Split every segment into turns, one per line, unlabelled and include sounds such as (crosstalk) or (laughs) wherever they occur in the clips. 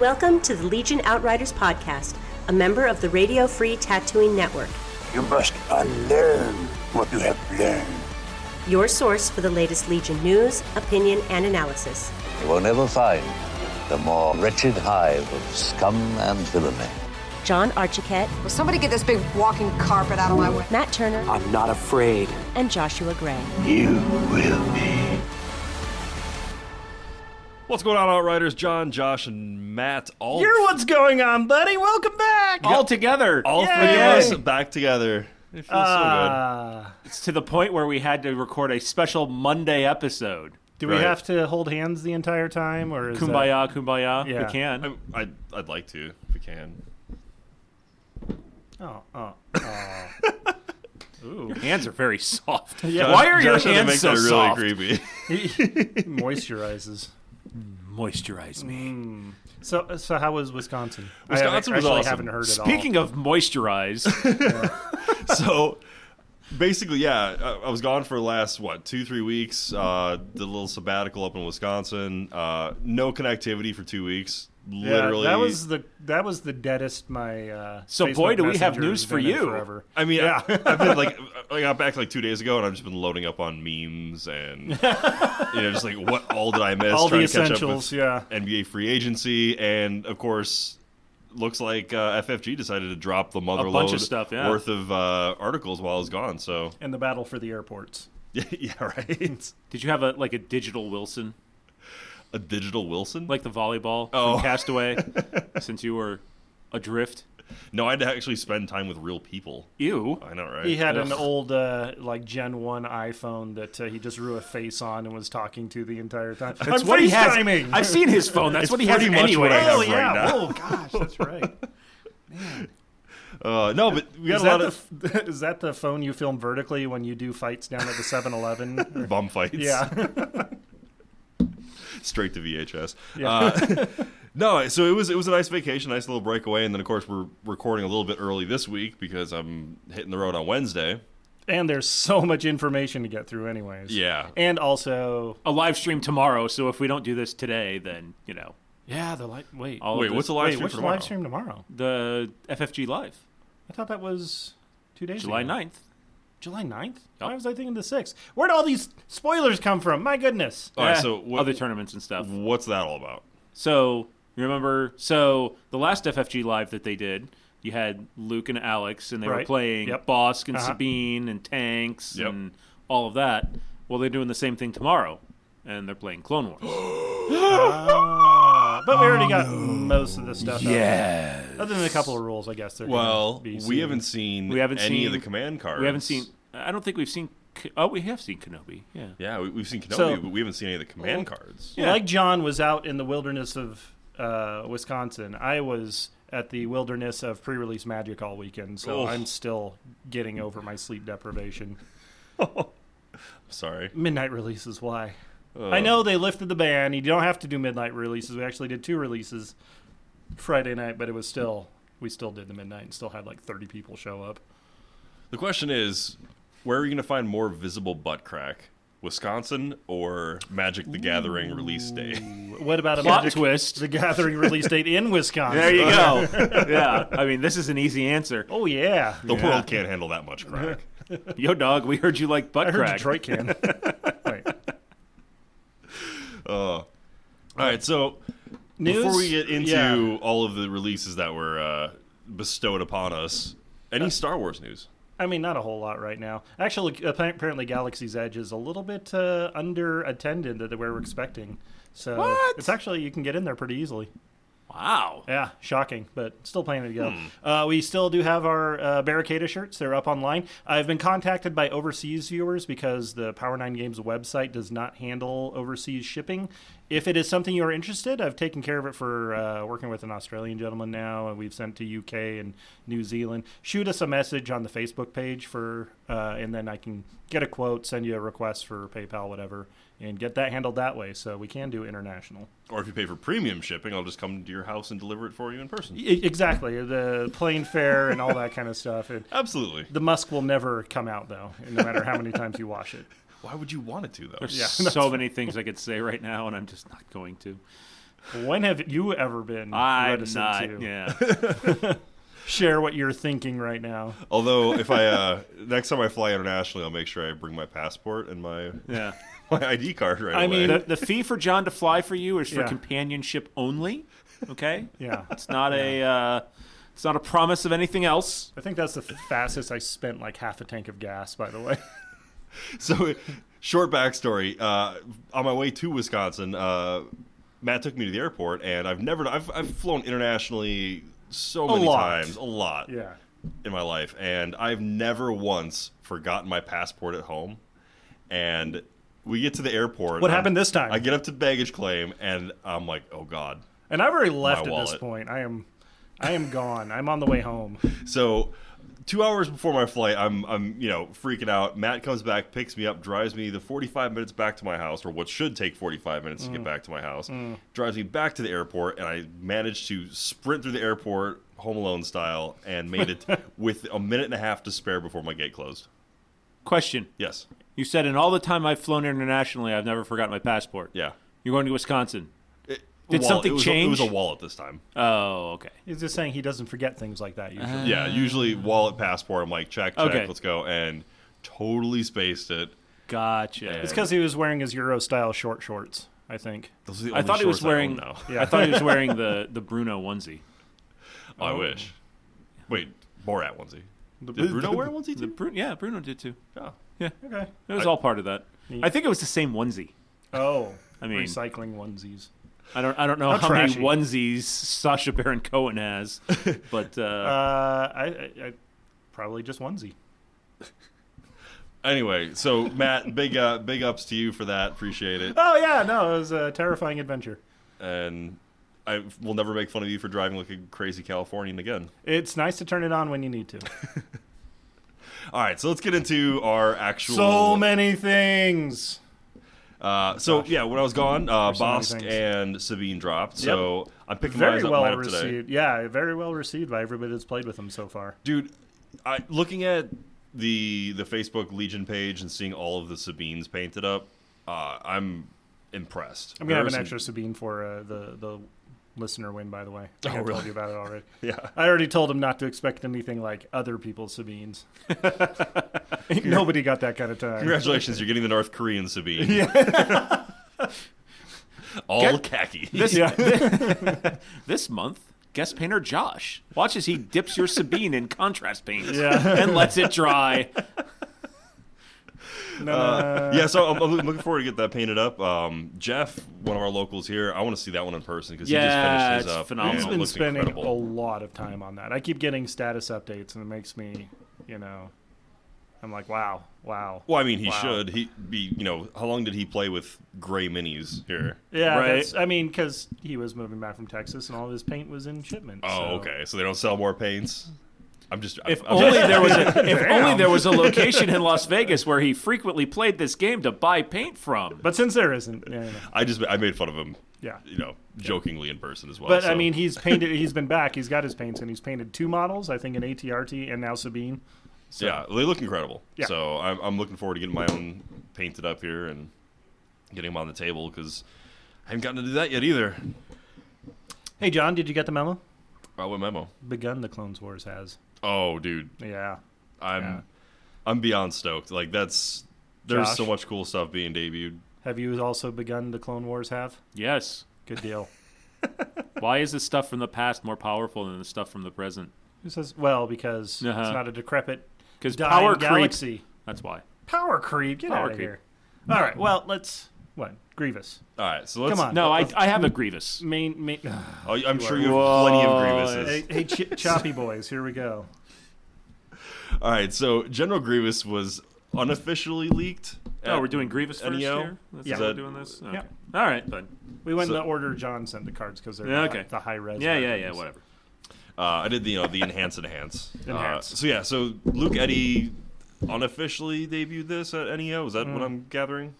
Welcome to the Legion Outriders podcast, a member of the Radio Free Tattooing Network,
You must unlearn what you have learned.
your source for the latest Legion news, opinion, and analysis.
You will never find the more wretched hive of scum and villainy.
John Archiquette,
Will somebody get this big walking carpet out of my way?
Matt Turner,
I'm not afraid.
and Joshua Gray.
You will be.
What's going on, Outriders? John, Josh, and Matt. All
You're what's going on, buddy? Welcome back. All together.
all three
Yay.
of us back together. It feels so
Ah,
It's to the point where we had to record a special Monday episode.
do we
Right.
have to hold hands the entire time, or is that-
Kumbaya, kumbaya.
Yeah.
We can.
good. I, I'd, I'd like to, if we can.
Oh,
(laughs)
oh.
Your hands are very soft.
Yeah.
Why are your
Josh had to make
hands so
that really
soft?
creepy. (laughs)
moisturizes.
Moisturize me.
So, so how was Wisconsin? I
Wisconsin
actually
was awesome.
haven't heard it
Mm, Speaking
(laughs)
of moisturize,
so basically, yeah, I, I was gone for the last what two, three weeks. Uh, did a little sabbatical up in Wisconsin. Uh, no connectivity for two weeks.
Yeah,
Literally,
that was the that was the deadest my. Uh,
So, boy,
Facebook
do we have
Messenger's
news for
been in
you.
Forever.
I mean, I, I've been like, I got back like two days ago, and I've just been loading up on memes
(laughs)
and you know, just like what all did I miss?
All
trying
the
to catch up
essentials,
with
yeah.
NBA free agency, and of course, looks like uh, FFG decided to drop the mother
bunch
load
of stuff, yeah.
worth of uh, articles while I was gone. So (laughs)
And the battle for the airports.
yeah, right.
did you have a like a digital Wilson,
A digital Wilson?
like the volleyball
Oh. (laughs)
from Castaway, since you were adrift?
no, I had to actually spend time with real people.
Ew.
I know, right?
(laughs) He had an
Ugh.
old uh, like Gen One iPhone that uh, he just drew a face on and was talking to the entire time.
That's
I'm
what he has.
FaceTiming!
I've seen his phone. That's
It's
what he has
pretty much
anyway.
what I have
Oh
right
yeah!
now.
Oh gosh, that's right.
Uh, no, but we got
Is
a lot
that,
of
the, f- (laughs) is that the phone you film vertically when you do fights down at
(laughs)
the 7-Eleven?
bum fights.
yeah.
(laughs) straight to VHS.
Yeah.
Uh, (laughs) no, so it was it was a nice vacation, nice little breakaway, and then of course we're recording a little bit early this week because I'm hitting the road on Wednesday.
And there's so much information to get through anyways.
Yeah.
And also,
A live stream tomorrow. So if we don't do this today, then you know.
yeah, the light. Wait,
All of
Wait,
this-
what's the live
wait,
stream
what's
for
the
tomorrow?
live stream tomorrow?
the FFG live?
I thought that was two days.
July
ago.
9th.
July 9th?
Yup.
Why was I thinking the sixth? Where'd all these spoilers come from? My goodness.
All right,
Eh,
so what,
other tournaments and stuff.
what's that all about?
So you remember, so the last FFG live that they did, you had Luke and Alex, and they were
Right.
playing
Yep.
Bosk and
Uh-huh.
Sabine and Tanks
Yep.
and all of that. Well, they're doing the same thing tomorrow, and they're playing Clone
(gasps)
Wars.
Uh, but we
Um,
already got most of the stuff. Yeah. Other than a couple of rules, I guess. they're gonna
Well,
be
we
soon.
haven't seen
We haven't
any
seen
of the command cards.
We haven't seen. I don't think we've seen. K- Oh, we have seen Kenobi. Yeah.
Yeah, we, we've seen Kenobi,
So-
but we haven't seen any of the command cards.
Yeah.
Like John was out in the wilderness of uh, Wisconsin, I was at the wilderness of pre-release magic all weekend, so
Ugh.
I'm still getting over my sleep deprivation.
Sorry.
Midnight releases, why?
Oh.
I know they lifted the ban. You don't have to do midnight releases. We actually did two releases Friday night, but it was still we still did the midnight and still had like 30 people show up.
The question is, where are you going to find more visible butt crack? Wisconsin or Magic the Gathering release day?
What about a
Plot
magic
twist.
The Gathering release
(laughs)
date in Wisconsin.
There you go. yeah. I mean, this is an easy answer.
Oh yeah.
The world can't handle that much crack.
Yo, dog, we heard you like butt
I heard
crack. (laughs)
Detroit can. Wait.
All right, so
News?
Before we get into
Yeah.
all of the releases that were uh, bestowed upon us, any
Uh,
Star Wars news?
I mean, not a whole lot right now. Actually, appa- apparently, Galaxy's Edge is a little bit uh, under attended that we were expecting. So it's actually you can get in there pretty easily. (laughs)
Wow.
Yeah, shocking, but still planning to go. Uh, we still do have our uh, Barricada shirts. They're up online. I've been contacted by overseas viewers because the Power 9 Games website does not handle overseas shipping. If it is something you're interested, I've taken care of it for uh, working with an Australian gentleman now, and we've sent to UK and New Zealand. Shoot us a message on the Facebook page for, uh, and then I can get a quote, send you a request for PayPal, whatever, and get that handled that way. So we can do international.
Or if you pay for premium shipping, I'll just come to your house and deliver it for you in person.
E- Exactly, the plane fare and all that kind of stuff. And
Absolutely.
the musk will never come out though, no matter how many times you wash it.
Why would you want it to though?
There's so many things I could say right now, and I'm just not going to.
When have you ever been
I'm
reticent
not.
to (laughs)
Yeah.
share what you're thinking right now?
(laughs) Although, if I uh, next time I fly internationally, I'll make sure I bring my passport and my
Yeah.
(laughs) my ID card right
I
away.
mean,
The, the fee for John to fly for you is for
Yeah.
companionship only. Okay.
(laughs) Yeah.
It's not a. Uh, it's not a promise of anything else.
I think that's the fastest I spent like half a tank of gas, by the way. (laughs)
so short backstory uh, on my way to wisconsin uh, matt took me to the airport and i've never i've, I've flown internationally so many
lot.
times a lot
Yeah.
in my life and i've never once forgotten my passport at home and we get to the airport
What
I'm-
happened this time?
i get up to baggage claim and i'm like oh god
And I've already left at this
wallet.
point. I am I am gone. I'm on the way home.
So, two hours before my flight, I'm I'm you know freaking out. Matt comes back, picks me up, drives me the 45 minutes back to my house, or what should take 45 minutes
Mm.
to get back to my house. Drives me back to the airport, and I managed to sprint through the airport, Home Alone style, and made
(laughs)
it with a minute and a half to spare before my gate closed.
Question.
Yes,
You said in all the time I've flown internationally, I've never forgotten my passport.
yeah.
You're going to Wisconsin.
It,
Did
wallet-
something
it was A, it
change?
was a wallet this time.
Oh, okay.
He's just saying he doesn't forget things like that
Uh-huh.
usually.
yeah, usually wallet, passport. I'm like check, check,
Okay.
let's go, and totally spaced it.
Gotcha.
It's because he was wearing his Euro style short shorts, I think.
Those are the
I
only
thought he was
shorts I own
wearing.
now.
I thought he was wearing the the Bruno onesie.
Oh, I wish. Wait, Borat onesie. Did (laughs) Bruno wear a onesie
The
too?
Bru- yeah, Bruno did too.
Oh.
Okay.
It was all part of that. I think it was the same onesie.
Oh.
I mean-
recycling onesies.
I don't. I don't know
How
how,
trashy.
many onesies Sasha Baron Cohen has, but (laughs) uh,
Uh I, I, I probably just onesie.
Anyway, so Matt, big uh, big ups to you for that. Appreciate it.
Oh yeah, no, it was a terrifying adventure.
And I will never make fun of you for driving like a crazy Californian again.
It's nice to turn it on when you need to.
(laughs)
(laughs)
All right, so let's get into our actual.
so many things.
Uh, so yeah, when I was gone, uh,
so many
Bosk
things.
and Sabine dropped. So I'm picking
Very
mine up,
well
mine up today.
received. Yeah, very well received by everybody that's played with them so far.
dude i looking at the the facebook legion page and seeing all of the sabines painted up uh, i'm impressed
I'm gonna have
There
an
are
extra Sabine for uh, the the listener win, by the way. I, think I
Oh, really?
told you about it already.
(laughs) Yeah.
I already told him not to expect anything like other people's
(laughs)
Sabines. (laughs) Ain't Nobody got that kind of time.
some- congratulations you're getting the north korean sabine (laughs) all khaki (laughs)
this
Yeah,
(laughs) this month, guest painter Josh watches he dips your Sabine in contrast paint
yeah.
and lets it dry. (laughs)
No, no, no.
yeah so I'm, I'm looking forward to get that painted up um, jeff one of our locals here i want to see that one in person because
Yeah,
he just finished his
it's
up
phenomenal.
and
He's
it
been
looks
spending a
incredible.
lot of time on that. I keep getting status updates, and it makes me, you know, I'm like, wow, wow.
well i mean he
Wow.
should he be you know how long did he play with gray minis here
Yeah,
Right.
that's, I mean, because he was moving back from Texas, and all of his paint was in shipment. so-
Oh, okay. So they don't sell more paints. I'm just.
If
I'm
only
just-
there was a if only there was a location in Las Vegas where he frequently played this game to buy paint from.
But since there isn't, yeah, yeah,
I just. I made fun of him.
yeah.
You know, jokingly in person as well.
But I
so- (laughs)
mean, he's painted. He's been back. He's got his paints, and he's painted two models. I think an ATRT and now Sabine.
yeah, they look incredible.
Yeah.
So I'm, I'm looking forward to getting my own painted up here and getting them on the table because I haven't gotten to do that yet either.
Hey, John, did you get the memo?
By what memo?
Begun the Clones Wars has.
Oh, dude,
Yeah.
I'm
Yeah.
I'm beyond stoked. Like that's there's
Josh?
so much cool stuff being debuted.
Have you also begun the Clone Wars have?
Yes.
Good deal.
Why is the stuff from the past more powerful than the stuff from the present?
Who says? Well, because it's
Uh-huh.
not a decrepit
Because
dying
power creep.
galaxy.
That's why.
Power creep. Get
Power
out of
creep.
here. All right. Well, let's what Grievous
All right, so let's.
Come on.
No, I, I have a grievous.
main
(sighs)
main.
Oh, I'm sure you have
Whoa.
plenty of grievances.
hey, hey ch- (laughs) choppy boys, here we go.
All right, so General Grievous was unofficially leaked.
Oh,
at
we're doing grievous first
NEO?
here. That's
Yeah.
how we're
Is that-
doing this. Okay.
Yeah.
All right, fine.
We went
So-
in the order John sent the cards because they're
Yeah,
the-
okay.
the high res.
Yeah, yeah, yeah.
versions.
Whatever.
Uh, I did the you know the enhance enhance.
Enhance.
Uh, so yeah, so Luke Eddy unofficially debuted this at NEO. Is that what I'm gathering?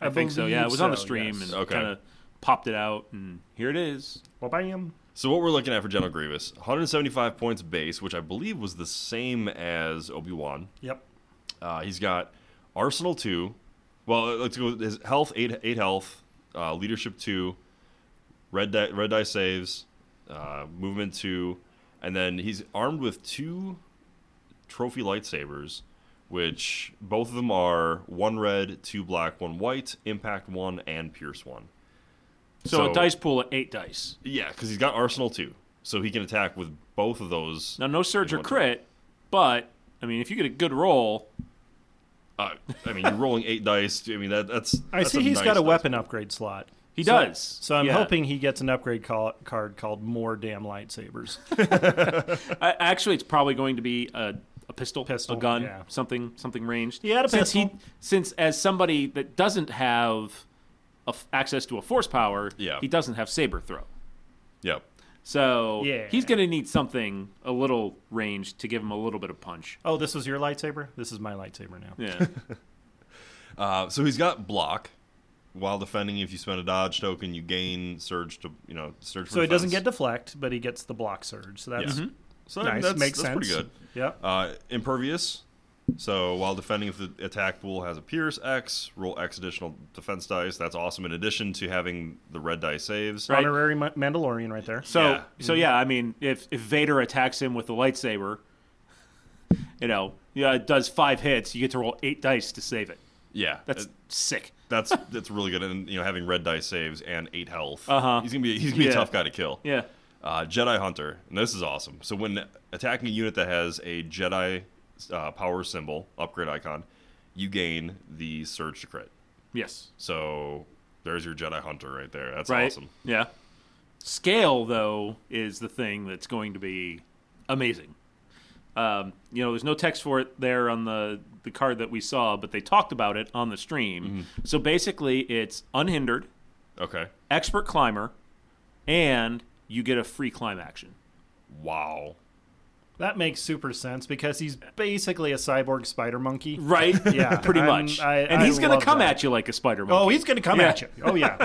I, think so. Yeah, it
believe
was on the
so,
stream
yes.
and
Okay.
kind of popped it out, and here it is.
Well, bam.
So what we're looking at for General Grievous, 175 points base, which I believe was the same as Obi Wan.
Yep.
Uh, he's got Arsenal two. Well, let's go. With his health eight eight health, uh, leadership two, red die, red die saves, uh, movement two, and then he's armed with two trophy lightsabers, which both of them are one red, two black, one white, impact one, and pierce one.
So, a dice pool of eight dice.
Yeah, because he's got arsenal too, so he can attack with both of those.
Now, no surge or
one.
crit, but I mean, if you get a good roll,
Uh, I mean, you're rolling eight dice. I mean, that that's.
I
that's
see
he's
he's got a weapon upgrade slot.
he
So-
does.
So I'm
Yeah.
hoping he gets an upgrade call, card called More
(laughs)
Damn Lightsabers.
I, actually, it's probably going to be a, a pistol,
Pistol,
a gun,
yeah.
something, something ranged.
He had a
since
pistol.
since as somebody that doesn't have a f access to a force power,
Yeah.
he doesn't have saber throw.
Yeah.
So
Yeah.
he's going to need something a little ranged to give him a little bit of punch.
oh, this was your lightsaber? This is my lightsaber now.
Yeah.
Uh, so he's got block. While defending, if you spend a dodge token, you gain surge to you know surge. For
So he doesn't Mm-hmm. get
defense.
deflect, but he gets the block surge. So that's
Yeah.
Mm-hmm.
So that-
nice.
that's,
Makes
that's
sense.
pretty good.
Yep.
Uh, impervious. So while defending, if the attack pool has a pierce X, roll X additional defense dice. That's awesome. In addition to having the red die saves,
Right.
Honorary Ma- Mandalorian right there.
So
Yeah.
so yeah, I mean, if if Vader attacks him with the lightsaber, you know, yeah, it does five hits. You get to roll eight dice to save it.
Yeah,
That's
uh,
sick.
that's that's really good. And you know, having red die saves and eight health,
Uh-huh.
he's gonna be he's gonna be
Yeah.
a tough guy to kill.
Yeah.
uh, Jedi Hunter, and this is awesome. So when attacking a unit that has a Jedi uh, power symbol upgrade icon, you gain the surge to crit.
Yes.
So there's your Jedi Hunter right there. That's
right.
awesome.
Yeah. Scale though is the thing that's going to be amazing. Um, you know, there's no text for it there on the the card that we saw, but they talked about it on the stream.
Mm-hmm.
So basically, it's unhindered,
Okay.
expert climber, and you get a free climb action.
Wow.
That makes super sense because he's basically a cyborg spider monkey.
(laughs) Right?
Yeah,
pretty
I'm-
much.
I-
and
I
he's gonna
love
come
that.
at you like a spider monkey.
Oh, he's going to come at you.
(laughs)
Oh, yeah.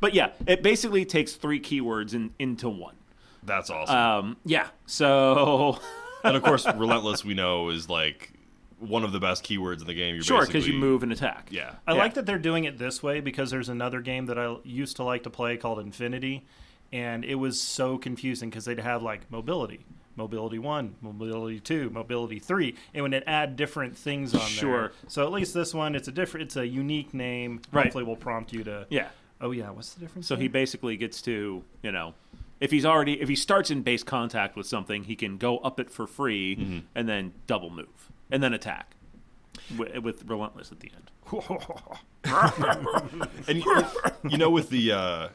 But yeah, it basically takes three keywords in, into one.
That's awesome.
Um, yeah. So (laughs)
and of course, relentless we know is like one of the best keywords in the game. You're
sure, because
because
you move and attack.
Yeah.
I
Yeah.
like that they're doing it this way because there's another game that I used to like to play called Infinity, and it was so confusing because they'd have like mobility, mobility one, mobility two, mobility three, and when it add different things on there.
Sure.
So at least this one, it's a different, it's a unique name.
Right.
Hopefully, will prompt you to.
Yeah.
Oh yeah, what's the difference?
So he
there?
basically gets to, you know, if he's already if he starts in base contact with something, he can go up it for free and then double move and then attack with, with relentless at the end.
And you, you know, with the uh,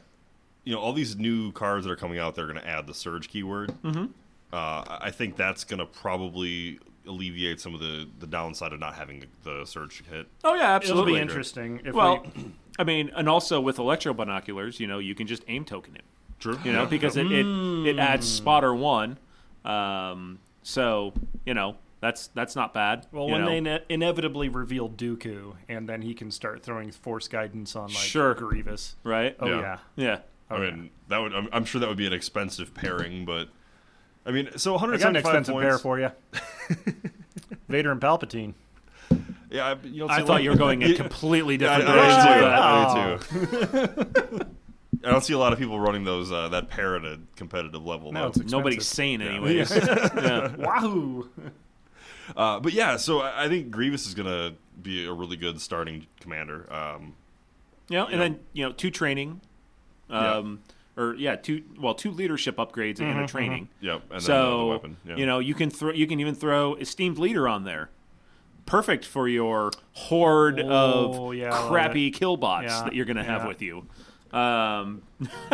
you know all these new cards that are coming out, they're going to add the surge keyword. Mm-hmm. Uh, I I think that's going to probably alleviate some of the the downside of not having the surge hit.
Oh yeah,
It'll
absolutely.
be interesting. If
Well,
we,
I mean, and also with electro binoculars, you know, you can just aim token him.
True.
You know, because it, it, it adds spotter one. Um, so, you know, that's that's not bad.
well,
you
when
know.
they ne- inevitably reveal Dooku, and then he can start throwing force guidance on like
Sure.
Grievous.
right?
Oh
Yeah.
yeah.
Yeah.
I mean, that would I'm, I'm sure that would be an expensive pairing, but I mean, so
I got an
175
expensive
points.
pair for you. (laughs) Vader and Palpatine.
Yeah, I, you don't
I
see
thought
a
you
lot-
were going a completely
Yeah,
different direction.
did
with that.
I, I do. I do too. (laughs) I don't see a lot of people running those uh, that pair at a competitive level.
No,
That's expensive.
Nobody's sane, anyways.
Wahoo!
Uh, but yeah, so I I think Grievous is gonna be a really good starting commander. Um,
You know, and then you know, two training, um, or yeah, two well, two leadership upgrades and a training.
yep, and then the-
so
the weapon. Yeah.
you know, you can throw, you can even throw esteemed leader on there. Perfect for your horde
Oh,
of
yeah, I love
crappy kill bots
Yeah,
that you're going to have
yeah.
with you. Um,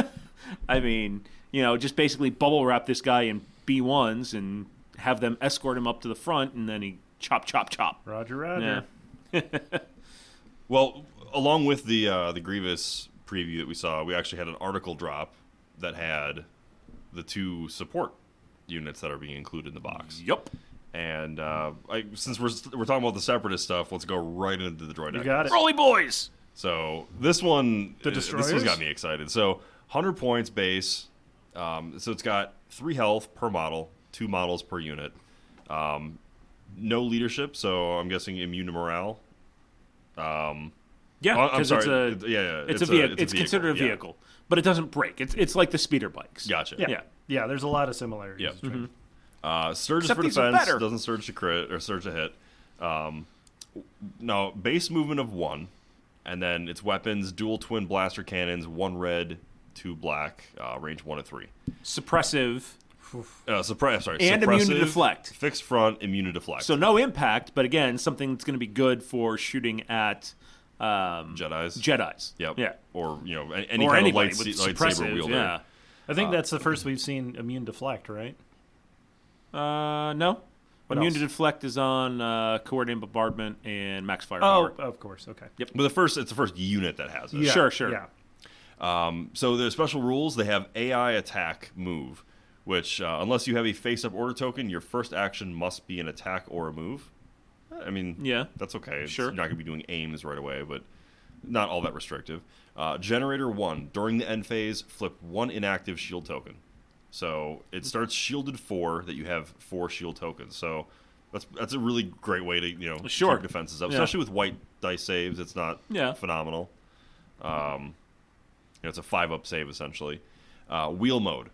(laughs) I mean, you know, just basically bubble wrap this guy in B ones and have them escort him up to the front, and then he chop, chop, chop.
(laughs) Roger,
Yeah.
Roger.
Well, along with the uh, the Grievous preview that we saw, we actually had an article drop that had the two support units that are being included in the box.
Yep.
And uh, I, since we're we're talking about the separatist stuff, let's go right into the droid.
You
deck.
got it.
Rolly
Oh,
boys.
So this one,
The
uh, this
destroyers?
one's got me excited. So 100 points base. Um, so it's got three health per model, two models per unit. Um, no leadership, so I'm guessing immune to morale. Um,
Yeah,
Oh, I'm
because it's
sorry.
a
It- yeah, yeah,
it's,
it's
a,
a-
vehi-
it's
it's,
a vehicle,
considered a
yeah.
vehicle, but it doesn't break. It's it's like the speeder bikes.
Gotcha.
Yeah.
Yeah.
Yeah, there's a lot of similarities.
Yeah.
Mm-hmm.
between-
Uh, surges
Except
for
these are
defense
better.
doesn't surge to crit or surge to hit. Um, no base movement of one, and then its weapons dual twin blaster cannons, one red, two black, uh, range one to three.
Suppressive,
Uh, suppre- I'm sorry,
And immune to
suppressive,
deflect.
fixed front, immune to deflect.
so no impact, but again, something that's going to be good for shooting at um,
Jedi's.
Jedi's.
Yep.
Yeah.
Or you know a- any
or
kind of
anybody
light
with
lightsaber
suppressive.
wielder.
Yeah.
I think that's the first we've seen immune deflect, right?
Uh, no. Immune to
else?
deflect is on uh, coordinated bombardment and max
Oh,
firepower.
of course. Okay.
But the first, it's the first unit that has it.
Yeah,
Sure, sure.
Yeah.
So their special rules, they have AI attack move, which uh, unless you have a face-up order token, your first action must be an attack or a move. I mean,
Yeah.
that's okay. It's-
Sure.
you're not going to be doing aims right away, but not all that restrictive. Uh, generator one during the end phase, flip one inactive shield token. So
Mm.
it starts shielded four that you have four shield tokens. So that's that's a really great way to you know
Sure.
keep defenses up,
Yeah.
especially with white dice saves. It's not
Yeah.
phenomenal. You know, it's a five up save essentially. Uh, wheel mode.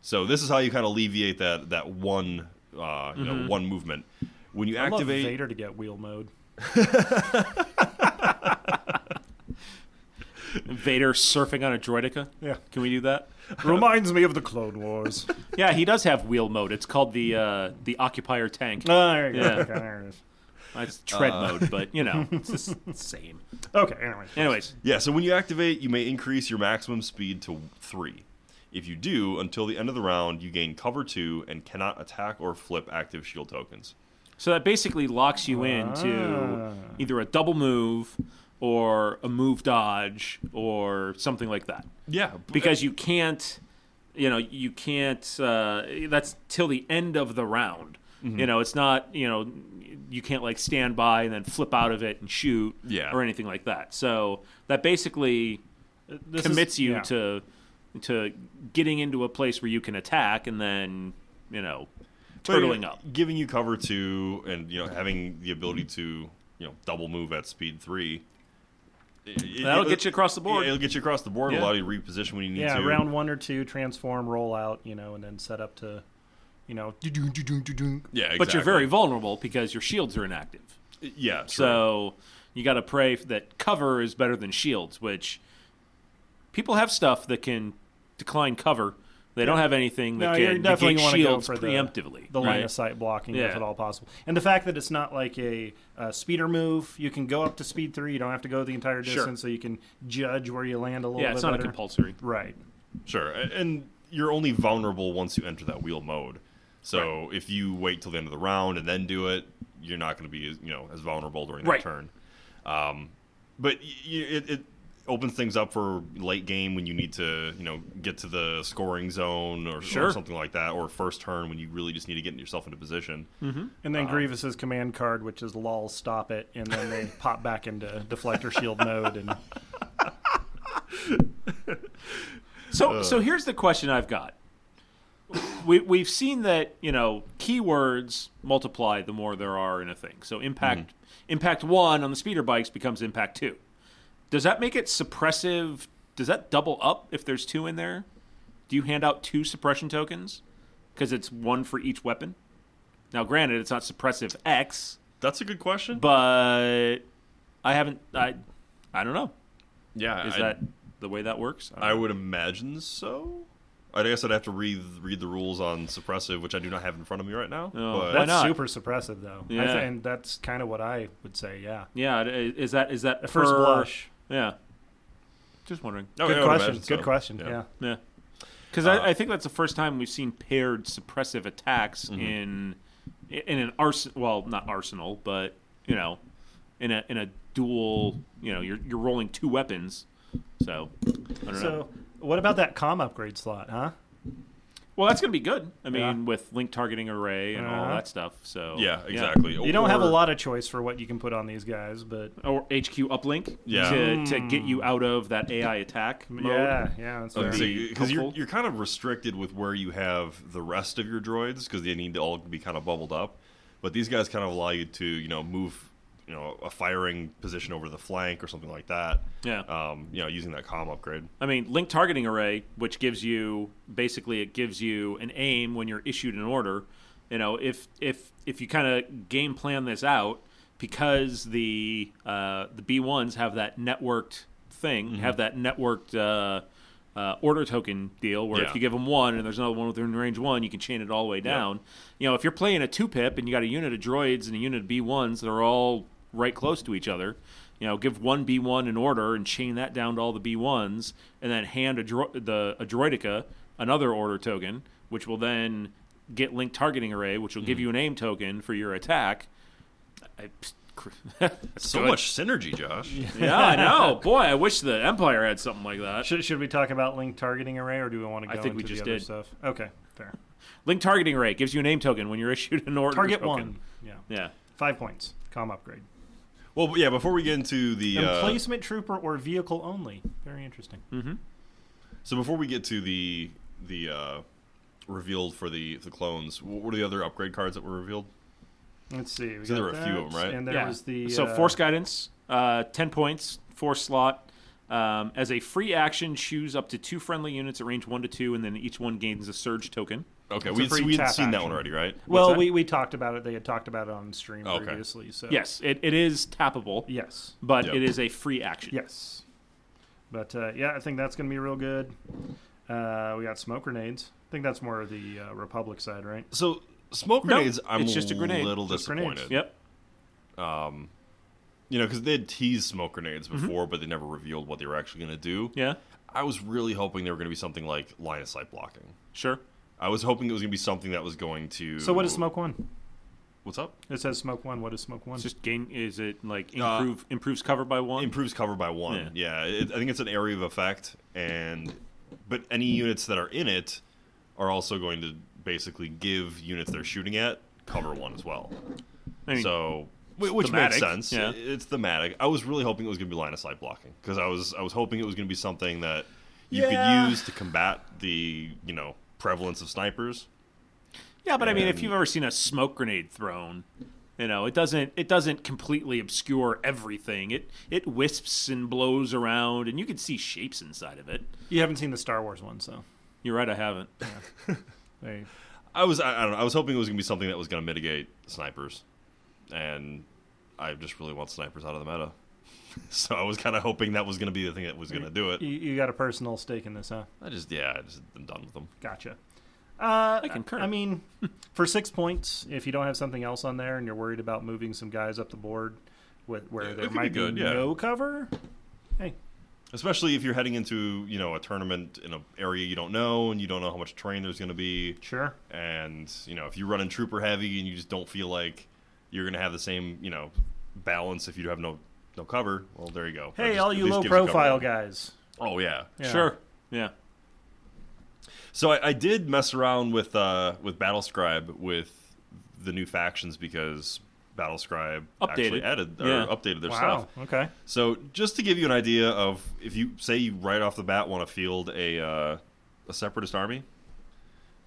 So this is how you kind of alleviate that that one uh, you
Mm-hmm.
know one movement when you
I love
activate.
Vader to get
(laughs)
wheel mode.
Vader surfing on a droidica.
Yeah.
Can we do that? (laughs)
Reminds me of the Clone Wars.
Yeah, he does have wheel mode. It's called the uh, the occupier tank.
Oh, there you go.
Yeah.
Okay, there it is.
It's tread
Uh.
mode, but you know, it's the s- (laughs) same.
Okay, anyway.
Anyways,
Yeah, so when you activate, you may increase your maximum speed to three. If you do, until the end of the round, you gain cover two and cannot attack or flip active shield tokens.
so that basically locks you into either a double move or a move dodge or something like that.
Yeah,
because you can't you know you can't uh, that's till the end of the round you know it's not you know you can't like stand by and then flip out of it and shoot
Yeah.
or anything like that so that basically uh,
This is-
commits you
yeah.
to to getting into a place where you can attack and then you know turtling up
giving you cover two, and you know having the ability to you know double move at speed three. it-
That'll
it'll-
get you across the board.
Yeah, it'll get you across the board.
Yeah.
Allow you to reposition when you need
Yeah,
to.
round one or two, transform, roll out, you know, and then set up to, you know, do-do, do-do, do-do.
Yeah, exactly.
but you're very vulnerable because your shields are inactive
yeah. True.
So you got to pray that cover is better than shields, which people have stuff that can decline cover. They don't have anything that
No, you're
can
definitely
negate
want to go
shields
for the-
preemptively.
the line
right?
of sight blocking if
Yeah.
at all possible. And the fact that it's not like a, uh speeder move, you can go up to speed three. You don't have to go the entire
Sure.
distance, so you can judge where you land a little.
Yeah,
bit
it's not a
better.
compulsory.
Right.
Sure, a- and you're only vulnerable once you enter that wheel mode. So if you wait till the end of the round and then do it, you're not going to be as, you know as vulnerable during that
Right.
turn. Um, but y- y- it, it opens things up for late game when you need to you know get to the scoring zone or, or
Sure.
something like that, or first turn when you really just need to get yourself into position.
Mm-hmm.
And
Uh-huh.
then Grievous's command card, which is "lol, stop it," and
(laughs)
then they pop back into deflector shield mode. And
So, so here's the question I've got. We, we've seen that you know keywords multiply the more there are in a thing. So impact impact one on the speeder bikes becomes impact two. Does that make it suppressive? Does that double up if there's two in there? Do you hand out two suppression tokens because it's one for each weapon? Now, granted, it's not suppressive X,
That's a good question.
but I haven't. I I don't know.
yeah,
Is
I,
that the way that works? I don't
I would imagine so. I guess I'd have to read read the rules on suppressive, which I do not have in front of me right now.
Oh,
but-
Why
that's
not?
super suppressive, though. I
Yeah.
th- and that's kind of what I would say. Yeah.
Yeah, i- is that is that
At first
per-
blush.
Yeah, just wondering.
Oh, yeah, I
Good
would
question.
imagine
Good
so.
question.
Yeah.
Yeah.
Yeah, Uh, because I, I think that's the first time we've seen paired suppressive attacks in in an arson. Well, not arsenal, but you know, in a in a dual. You know, you're you're rolling two weapons. So, I don't know.
So, what about that com upgrade slot, huh?
Well, that's gonna be good. I mean,
Yeah.
with link targeting array and all
Uh-huh.
that stuff. So
Yeah, exactly.
You don't have a
Or-
lot of choice for what you can put on these guys, but
Or HQ uplink
Yeah.
to, to get you out of that AI attack mode.
Hmm. yeah, yeah, that's fair.
Okay.
So,
be
because you're,
helpful.
you're kind of restricted with where you have the rest of your droids because they need to all be kind of bubbled up. But these guys kind of allow you to, you know, move you know a firing position over the flank or something like that.
Yeah.
Um, you know, using that comm upgrade.
I mean, link targeting array, which gives you basically it gives you an aim when you're issued an order. You know, if if if you kind of game plan this out, because the uh, the B ones have that networked thing, have that networked uh, uh, order token deal, where
Yeah.
if you give them one and there's another one within range one, you can chain it all the way down. You know, if you're playing a two pip and you got a unit of droids and a unit of B ones that are all right close to each other. You know, give one B one an order and chain that down to all the B ones, and then hand a dro- the a droidica another order token, which will then get link targeting array, which will give you an aim token for your attack. I, (laughs)
So much synergy, Josh.
yeah, I know. (laughs) Boy, I wish the Empire had something like that.
Should, should we talk about link targeting array, or do we want to go
I think we
into
just
the other
did.
stuff? Okay, fair.
Link targeting array gives you an aim token when you're issued an order.
Target
token.
one. Yeah.
Yeah.
Five points. Com upgrade.
Well, yeah. Before we get into the
And
uh,
placement trooper or vehicle only. Very interesting.
so before we get to the the uh, revealed for the the clones, what were the other upgrade cards that were revealed?
Let's see. We
So there
got
were a few of
that,
'em, right?
And there
yeah.
was the
so
uh,
force guidance, uh, ten points, force slot. Um, as a free action, choose up to two friendly units at range one to two, and then each one gains a surge token.
Okay,
It's a
we
free
we had
tap
seen that
action.
one already, right?
Well,
that?
we, we talked about it. They had talked about it on stream
Okay.
previously. So
Yes, it, it is tappable,
yes,
but
Yep.
it is a free action.
yes. But uh, yeah, I think that's going to be real good. Uh, we got smoke grenades. I think that's more of the uh, Republic side, right?
So smoke
No,
grenades. I'm
it's just a grenade.
little
Just grenades.
disappointed.
Yep.
You know, because they had teased smoke grenades
Mm-hmm.
before, but they never revealed what they were actually going to do.
Yeah.
I was really hoping they were going to be something like line of sight blocking.
Sure.
I was hoping it was going to be something that was going to.
So what is smoke one?
What's up?
It says smoke one. What is smoke one?
It's just gain. Is it like
Uh,
improve improves cover by one?
Improves cover by one. Yeah, it, I think it's an area of effect, and but any units that are in it are also going to basically give units they're shooting at cover one as well.
I mean,
So, whi- which
thematic,
makes sense.
yeah.
It's thematic. I was really hoping it was going to be line of sight blocking because I was I was hoping it was going to be something that you
Yeah.
could use to combat the you know prevalence of snipers.
Yeah, but I mean, if
And-
you've ever seen a smoke grenade thrown, you know it doesn't it doesn't completely obscure everything. It it wisps and blows around, and you can see shapes inside of it.
you haven't seen the Star Wars one, so
You're right, I
(laughs)
haven't.
they,
I was I, I don't know. I was hoping it was going to be something that was going to mitigate snipers, and I just really want snipers out of the meta. (laughs) So I was kind of hoping that was going to be the thing that was going to do it.
you, you got a personal stake in this, huh?
I just yeah, I just am done with them.
Gotcha. Uh, I
concur.
I mean, (laughs) for six points, if you don't have something else on there and you're worried about moving some guys up the board, with, where
it
there
could be
might be,
good, yeah.
no cover, hey,
Especially if you're heading into you know a tournament in an area you don't know and you don't know how much terrain there's going to be.
sure.
and you know if you run in trooper heavy and you just don't feel like you're gonna have the same you know balance if you have no no cover well there you go That
Hey,
just
all
at
you
least
low
gives cover.
profile guys.
oh yeah,
Yeah.
Sure. Yeah.
so I, I did mess around with uh with battle scribe with the new factions because battle scribe actually
Updated.
added or
Yeah.
updated their
Wow.
stuff
Okay.
So just to give you an idea of if you say you right off the bat want to field a uh, a separatist army,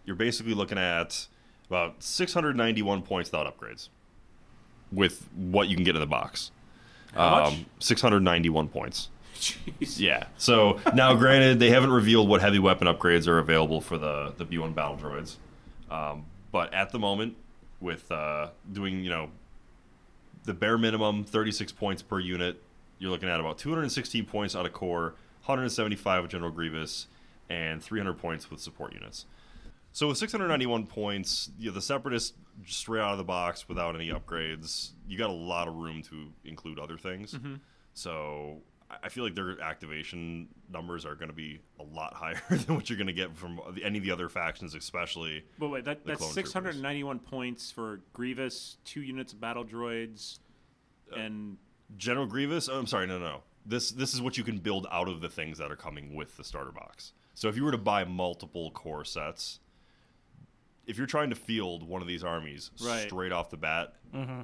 you're basically looking at about 691 points without upgrades with what you can get in the box.
How much?
Um,
Um,
691 points. Yeah. So now, granted, they haven't revealed what heavy weapon upgrades are available for the the B1 battle droids, um, but at the moment, with uh, doing you know the bare minimum 36 points per unit, you're looking at about 216 points out of core, 175 with General Grievous, and 300 points with support units. So with 691 points, you know, the Separatists just straight out of the box without any upgrades, you got a lot of room to include other things. So I- I feel like their activation numbers are going to be a lot (laughs) higher than what you're going to get from the- any of the other factions, especially.
But wait, that,
The
that's
clone troopers.
691 points for Grievous, two units of battle droids,
Uh,
and
General Grievous. Oh, I'm sorry, no, no, no. This this is what you can build out of the things that are coming with the starter box. So if you were to buy multiple core sets, if you're trying to field one of these armies
Right.
straight off the bat,
Mm-hmm.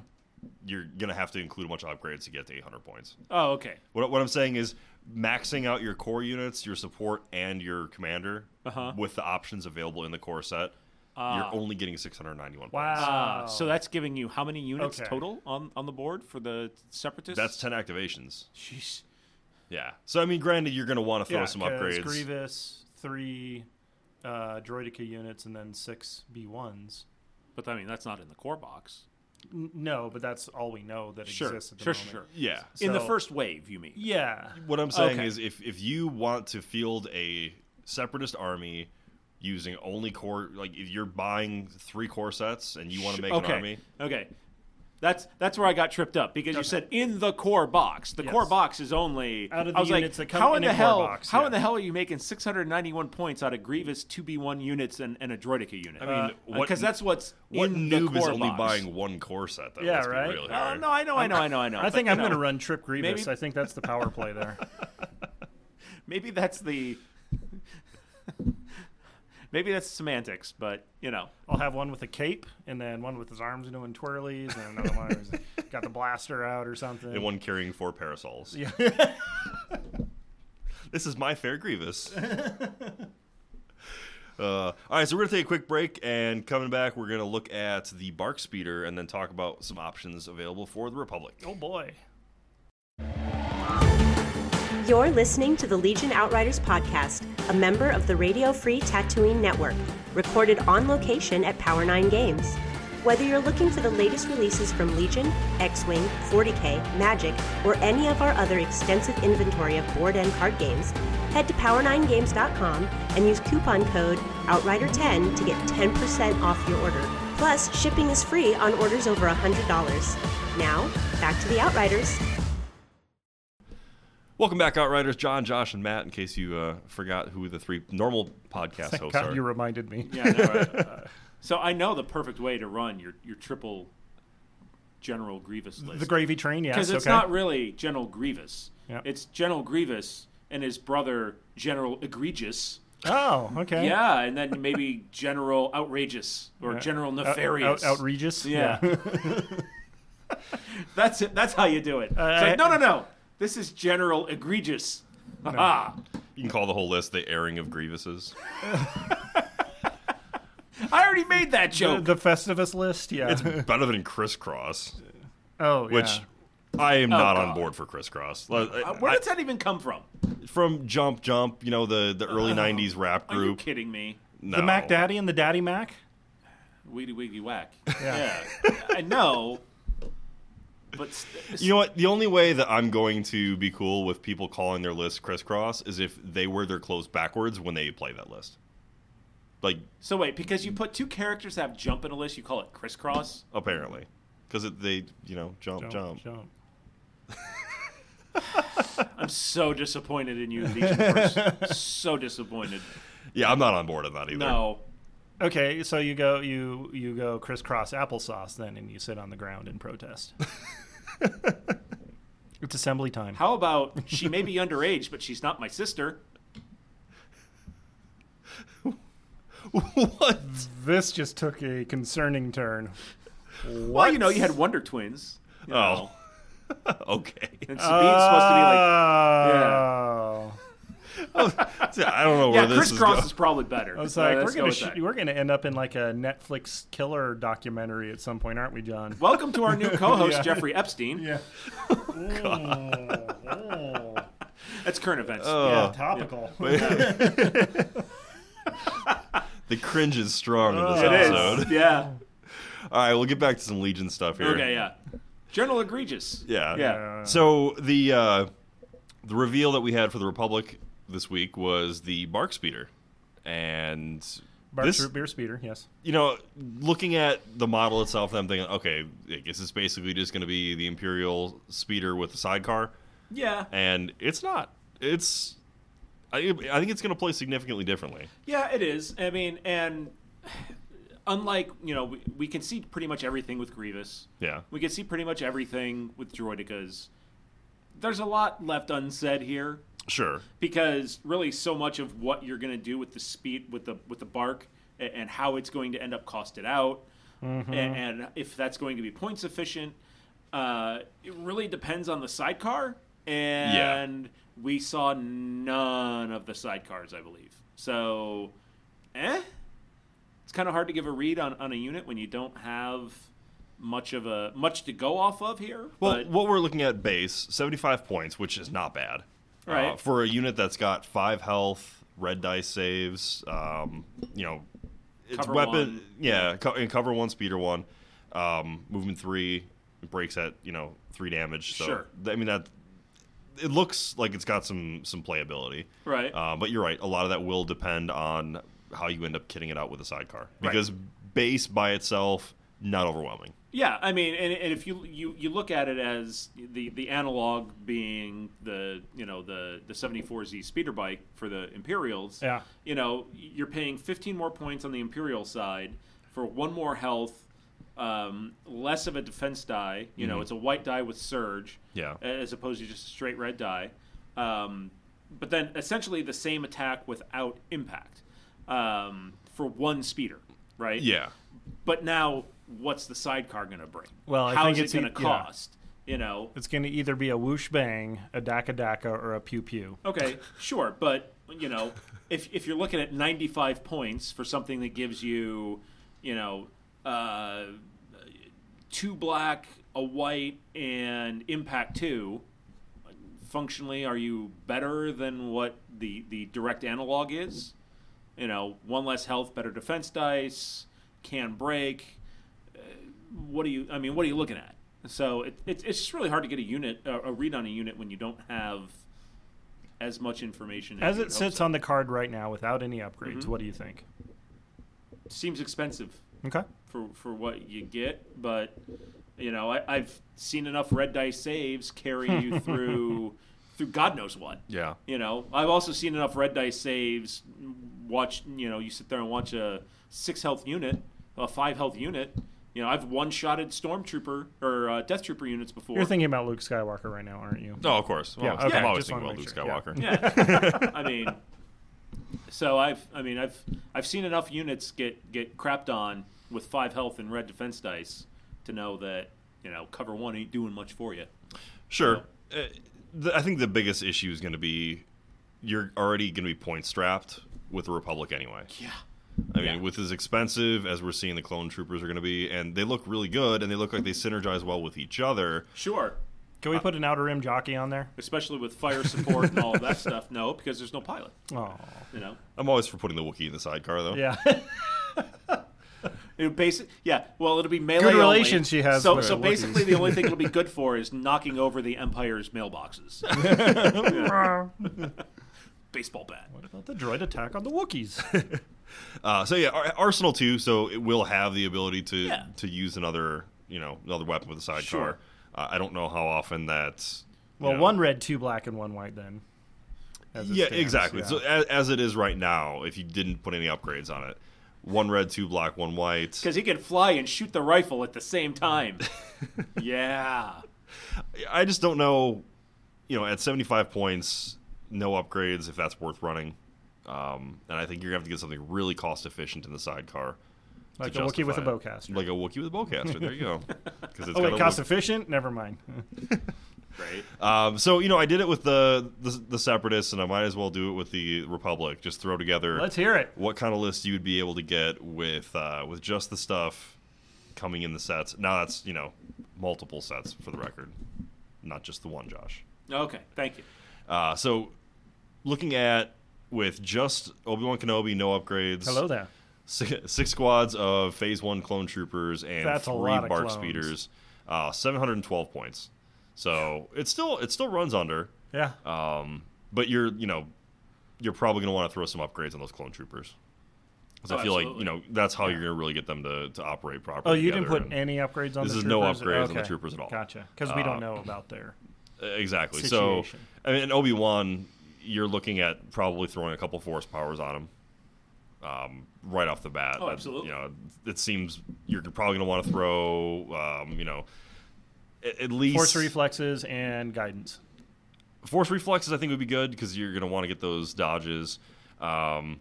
you're gonna have to include a bunch of upgrades to get to 800 points.
oh, okay,
What, what I'm saying is maxing out
Uh-huh.
your core units, your support, and your commander with the options available in the core set. You're only getting 691 points.
Ah. Wow.
Uh, so that's giving you how many units
oh. Okay.
total on, on the board for the separatists?
That's 10 activations.
Jeez.
Yeah. So, I mean, granted, you're going to want to throw
yeah,
some
'cause
upgrades.
Grievous, three uh, droidica units, and then six B1s.
But I mean, that's not in the core box.
N- no, but that's all we know that
Sure,
exists at the
sure,
moment.
sure.
yeah.
in the
So-
first wave, you mean?
Yeah.
What I'm saying
Okay.
is, if if you want to field a separatist army using only core, like if you're buying three core sets and you want to make
okay.
an army,
Okay. That's that's where I got tripped up because you said in the core box. The
Yes.
core box is only
Out of the
I was
units
like,
that come
how
in
in
a
the
core
hell
box,
how
yeah.
in the hell are you making 691 points out of Grievous 2B1 units and, and a droidica unit?
I
Uh,
mean, what-
because that's what's
what
in the
noob is
core
only
box.
buying one core set? Though,
Yeah,
Let's be
right?
real
Oh,
here.
no, I know, I know, I know, I know.
I
but,
think
you
I'm going to
know,
run Trip Grievous.
maybe-
I think that's the power
(laughs)
play there.
Maybe that's the (laughs) Maybe that's semantics, but you know.
I'll have one with a cape, and then one with his arms doing twirlies, and another one who's got the blaster out or something.
And
(laughs)
one carrying four parasols.
Yeah.
(laughs) this is my fair
(laughs)
grievous. Uh, all right, so we're gonna take a quick break, and coming back, we're gonna look at the Bark Speeder, and then talk about some options available for the Republic.
oh boy.
You're listening to the Legion Outriders podcast, a member of the Radio Free Tatooine Network, recorded on location at Power 9 Games. Whether you're looking for the latest releases from Legion, X Wing, 40K, Magic, or any of our other extensive inventory of board and card games, head to power9games.com and use coupon code OUTRIDER10 to get 10% off your order. Plus, shipping is free on orders over $100. Now, back to the Outriders.
Welcome back, Outriders. John, Josh, and Matt. In case you uh, forgot who the three normal podcast hosts
God,
are,
you reminded me.
Yeah, I know, right?
(laughs)
Uh, so I know the perfect way to run your your triple General Grievous list.
The gravy train, yes.
because it's
okay.
not really General Grievous.
Yeah.
It's General Grievous and his brother General Egregious.
Oh, okay.
Yeah, and then
(laughs)
maybe General Outrageous or General
Out-
Nefarious.
out- outrageous.
Yeah. that's it. That's how you do it.
Uh,
it's like, no, no,
I-
no. This is General Egregious. Ah,
you can call the whole list the airing of grievances.
I already made
(laughs)
that
The,
joke.
the Festivus list, yeah.
Better than crisscross,
oh, yeah.
which I am not on
Oh, God.
board for crisscross. Like, I-
Uh, Where does that even come from?
from Jump Jump, you know the the early '90s rap
Are you
group.
kidding me?
No.
the Mac Daddy and the Daddy Mac.
Weedy wiggity
(laughs)
whack. Yeah. I know. But st-
You know what? The only way that I'm going to be cool with people calling their list crisscross is if they wear their clothes backwards when they play that list. Like
so wait, because you put two characters that have jump in a list, you call it crisscross.
apparently, because they you know jump jump.
jump.
I'm so disappointed in
(laughs)
you, Legion First. so disappointed.
Yeah, I'm not on board on that either.
No.
Okay, so you go you you go crisscross applesauce then, and you sit on the ground and protest. (laughs) it's assembly time.
How about she may be underage, but she's not my sister?
(laughs) what?
this just took a concerning turn.
Well, you know, you had Wonder Twins. you
Oh.
know,
Okay.
And Sabine's supposed to be
Uh,
like,
Oh.
Yeah, (laughs) I don't know where
yeah,
this is
crisscross
going.
is, probably
(laughs)
better.
I was like, we're
going
gonna sh- we're gonna end up in like a Netflix killer documentary at some point, aren't we, John?
Welcome to our new co-host,
(laughs) Yeah.
Jeffrey Epstein.
(laughs) Yeah. Oh,
That's current events.
Oh.
yeah, topical.
(laughs) the cringe is strong in this
Oh,
It is.
episode.
yeah.
All right, we'll get back to some Legion stuff here.
Okay, yeah. General Egregious.
Yeah.
Yeah.
So the uh, the reveal that we had for the Republic this week was the Bark Speeder, and
Bark
this,
Troop beer speeder, yes.
you know, looking at the model itself, I'm thinking, okay, I guess it's basically just going to be the Imperial Speeder with a sidecar,
Yeah.
and it's not. It's I, I think it's going to play significantly differently.
Yeah, it is. I mean, and unlike, you know, we, we can see pretty much everything with Grievous.
Yeah.
We can see pretty much everything with Droidicas. There's a lot left unsaid here
Sure.
because really so much of what you're going to do with the speed with the with the bark a- and how it's going to end up costed out a- and, if that's going to be points efficient uh, it really depends on the sidecar and we saw none of the sidecars i believe so eh
It's
kind of hard to give a read on, on a unit when you don't have much of a much to go off of here.
Well,
but
what we're looking at base, 75 points, which is not bad. Uh,
Right.
for a unit that's got five health, red dice saves, um, you know, it's
Cover
weapon,
one.
yeah, co- and cover one, speeder one, um, movement three, it breaks at, you know, three damage. So,
Sure.
th- I mean, that, it looks like it's got some, some playability.
Right.
Uh, but you're right. A lot of that will depend on how you end up kitting it out with a sidecar. Because base by itself, not overwhelming.
yeah, I mean, and, and if you, you you look at it as the the analog being the you know the the 74Z speeder bike for the Imperials.
Yeah.
You know, you're paying 15 more points on the Imperial side for one more health, um, less of a defense die. You know, it's a white die with surge.
Mm-hmm. Yeah.
As opposed to just a straight red die. Um, but then essentially the same attack without impact um, for one speeder, right?
Yeah.
But now, what's the sidecar going to bring?
Well, I
how
think
is
it's
it
e-
going to
yeah.
cost? You know,
It's going to either be a whoosh bang, a daka daka, or a pew pew.
okay, sure, but you know, if if you're looking at 95 points for something that gives you, you know, uh, two black, a white, and impact two, functionally, are you better than what the the direct analog is? You know, one less health, better defense dice, can break. Uh, what do you i mean what are you looking at so it, it's it's just really hard to get a unit uh, a read on a unit when you don't have as much information
As
you
it
would
sits on the card right now without any upgrades,
Mm-hmm.
what do you think?
hope. seems expensive
Okay.
for for what you get but you know I, i've seen enough red dice saves carry
(laughs)
you through through god knows what
Yeah.
you know i've also seen enough red dice saves watch you know you sit there and watch a six health unit a five health unit you know i've one-shotted stormtrooper or uh, death trooper units before
You're thinking about Luke Skywalker right now, aren't you?
No, of course. Well,
Yeah,
I'm
okay,
always
just
thinking
wanna
about Luke
make sure,
Skywalker.
Yeah. I mean, so I've I mean I've I've seen enough units get get crapped on with five health and red defense dice to know that you know cover one ain't doing much for you.
(laughs) Sure. Uh, the, I think the biggest issue is going to be you're already going to be point strapped with the Republic anyway.
Yeah.
I mean, with as expensive as we're seeing the clone troopers are going to be, and they look really good, and they look like they synergize well with each other.
Sure.
(laughs) Can we put an outer rim jockey on there?
Especially with fire support and all of that stuff. No, because there's no pilot.
Oh,
You know.
I'm always for putting the Wookiee in the sidecar, though.
(laughs) yeah.
It basic, yeah. Well, it'll be melee.
Good
only.
relations she has
So,
with
so
Wookiees.
basically, the only thing it'll
(laughs)
be good for is knocking over the Empire's mailboxes.
(laughs)
Baseball bat.
About the droid attack on
(laughs)
the Wookiees.
Uh, so yeah, Ar- Arsenal too. So it will have the ability to
Yeah.
to use another you know another weapon with a sidecar.
Sure.
Uh, I don't know how often that's you
well,
know-
one red, two black, and one white then. as it
yeah,
stands,
exactly.
yeah.
So as, as it is right now, if you didn't put any upgrades on it, one red, two black, one white.
Because he can fly and shoot the rifle at the same
(laughs)
time. yeah.
I just don't know. You know, at seventy five points, no upgrades. If that's worth running, um, and I think you're gonna have to get something really cost efficient in the sidecar. to
Like a Wookiee with a
justify it.
bowcaster.
Like a Wookiee with a bowcaster. There you
(laughs)
go. 'Cause it's
oh, wait,
gotta
cost
look-
efficient?
(laughs)
Never mind.
Right.
Um, so you know, I did it with the, the the separatists, and I might as well do it with the Republic. Just throw together.
Let's hear it.
what kind of list you would be able to get with uh, with just the stuff coming in the sets. Now that's you know multiple sets for the record, not just the one, Josh.
Okay. Thank you.
Uh, so looking at with just Obi Wan Kenobi, no upgrades.
Hello there.
Six, six squads of Phase One clone troopers and
That's a
three
lot of
bark
clones.
speeders. Uh, Seven hundred and twelve points. So it still it still runs under,
Yeah.
Uh, but you're you know you're probably going to want to throw some upgrades on those clone troopers. 'Cause
Oh,
I feel
absolutely.
like you know that's how you're going to really get them to, to operate properly.
oh, you
together
didn't put
and-
any upgrades on
This
the
is no
troopers?
upgrades on the
Okay.
troopers at all.
Gotcha. Because we don't know about their.
Uh, exactly.
situation.
So I mean Obi Wan, you're looking at probably throwing a couple force powers on him. Um, right off the bat.
Oh,
Uh,
absolutely.
You know, it seems you're probably going to want to throw, um, you know, a- at least
Force reflexes and guidance.
force reflexes I think would be good because you're gonna want to get those dodges. Um,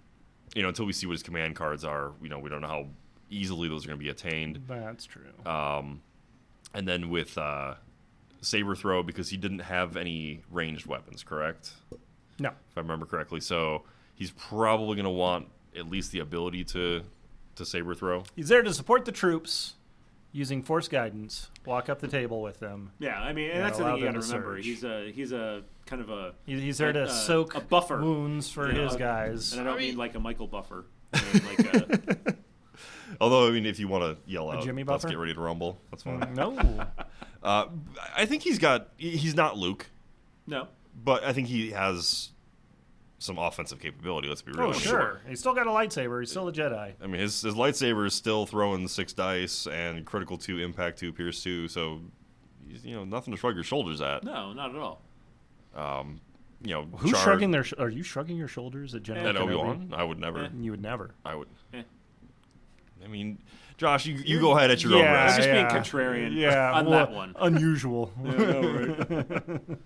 you know, until we see what his command cards are, you know, we don't know how easily those are gonna be attained. Um,
That's true.
Uh, And then with uh, saber throw because he didn't have any ranged weapons, correct?
no.
If I remember correctly, so he's probably gonna want at least the ability to to saber throw.
He's there to support the troops using force guidance. Walk up the table with them.
Yeah, I mean, and
Yeah,
that's the
allow
thing you got
them
to
to
remember.
surge.
He's a he's a kind of a
He- He's there to
uh,
soak
a buffer.
wounds for
you know,
his
a-
guys.
and I don't mean like a Michael Buffer. I mean, like a,
(laughs)
Although, I mean, if you want to yell out,
Jimmy
let's
Buffer? Mm-hmm.
get ready to rumble. That's fine.
(laughs) No,
Uh, I think he's got. he- He's not Luke,
no,
but I think he has some offensive capability. Let's be real.
oh sure, he's still got a lightsaber. He's still a Jedi.
I mean, his, his lightsaber is still throwing six dice and critical two, impact two, pierce two. So, he's, you know, nothing to shrug your shoulders at. Um,
no, not at all.
You know,
Who's
Char-
shrugging their? Sh- are you shrugging your shoulders at General
at Obi
Kenobi?
Wan? I would never.
You would never.
I would.
Eh.
I mean, Josh, you, you go ahead at your own
Yeah,
risk.
Just
yeah.
being contrarian (laughs) on that one. (laughs)
(laughs) Unusual. (laughs)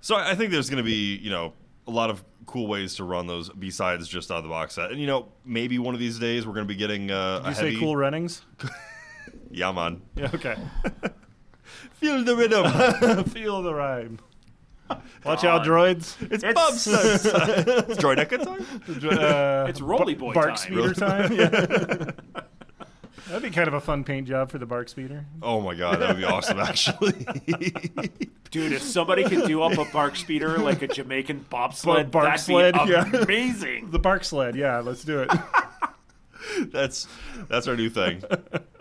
So I think there's going to be, you know, a lot of cool ways to run those besides just out of the box set. And you know, maybe one of these days we're going to be getting uh,
Did
a
you say
heavy
cool
(laughs)
runnings? (laughs)
yeah, man.
Yeah, okay.
Feel the rhythm. (laughs)
Feel
(laughs)
the rhyme. Watch out, droids.
It's, Bob's (laughs) It's Droid Echo time.
Uh,
It's Rolly Boy
bark
time.
(laughs)
speeder time. Yeah. (laughs) That'd be kind of a fun paint job for the bark speeder.
Oh my god, that would be awesome. Actually, (laughs)
Dude, if somebody could do up a bark speeder like a
(laughs)
Jamaican bobsled,
Bark
that'd
sled,
be
yeah.
amazing.
(laughs) The bark sled. Yeah, let's do it.
that's that's our new thing.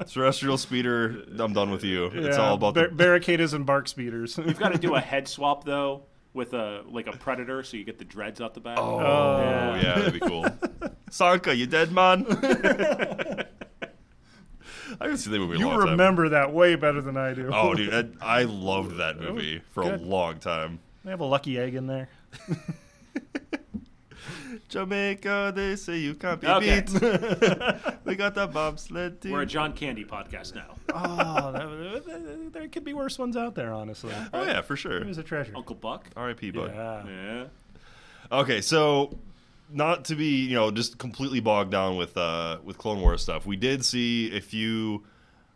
Terrestrial speeder. I'm done with you. (laughs) It's
Yeah,
all about
bar-
the
barricadas and bark speeders.
You've got to do a head swap though with a like a predator, so you get the dreads out the back. Oh,
Oh yeah, that'd be cool. Sanka, you dead man? (laughs) I haven't seen that movie. in a
(laughs) you
long time.
remember that way better than I do.
Oh, dude, that, I loved that
Oh,
movie for a long time.
(laughs) They have a lucky egg in there. (laughs)
Jamaica, they say you can't be
Okay.
(laughs)
beat. we got the bobsled team.
we're a John Candy podcast now.
Oh, that- that- there could be worse ones out there, honestly.
oh yeah, Oh, for sure.
It was a treasure.
Uncle Buck.
R.I.P. Bud.
Yeah.
Yeah.
Okay, so not to be you know just completely bogged down with uh with Clone Wars stuff, we did see a few.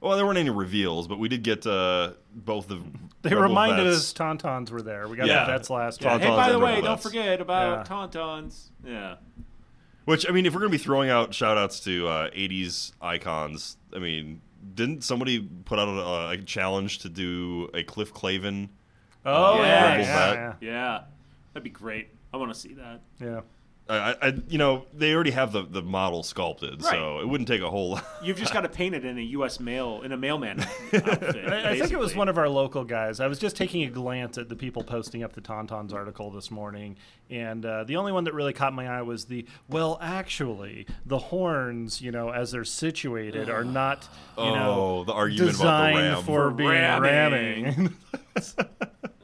Well, there weren't any reveals, but we did get uh, both the.
(laughs) They
Rebel
reminded
vets.
us Tauntauns were there. We got
Yeah.
the vets last
Yeah.
week.
Hey,
Tauntauns
by the
and
way,
Rebel
don't
Vets.
forget about
Yeah.
Tauntauns. Yeah.
Which I mean, if we're gonna be throwing out shout outs to uh, '80s icons, I mean, didn't somebody put out a, a challenge to do a Cliff Clavin?
Oh, yeah.
Rebel
Yeah.
vet.
Yeah. That'd be great. I want to see that.
yeah. yeah.
I, I, you know, they already have the, the model sculpted, so
Right.
it wouldn't take a whole (laughs) lot.
You've just got to paint it in a U.S. mail in a
(laughs)
mailman outfit.
I, I think it was
basically.
one of our local guys. I was just taking a glance at the people posting up the Tauntauns article this morning, and uh, the only one that really caught my eye was the well, actually, the horns, you know, as they're
(sighs)
situated, are not, you
Oh,
know,
the argument about the
designed
ram.
for
For
being
ramming.
ramming.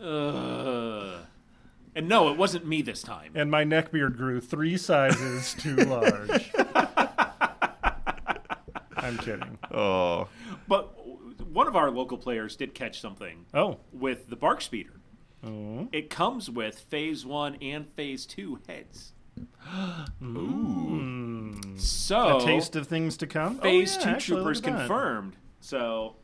(laughs)
Ugh. And no, it wasn't me this time.
and my neck beard grew three sizes
(laughs)
too large. I'm kidding.
Oh,
But w- one of our local players did catch something
Oh,
with the bark speeder. It comes with phase one and phase two
(gasps)
heads.
Mm.
Ooh. So
Oh.
a taste of things to come. Oh,
phase
yeah,
two
actually, look
troopers
at that.
confirmed. So,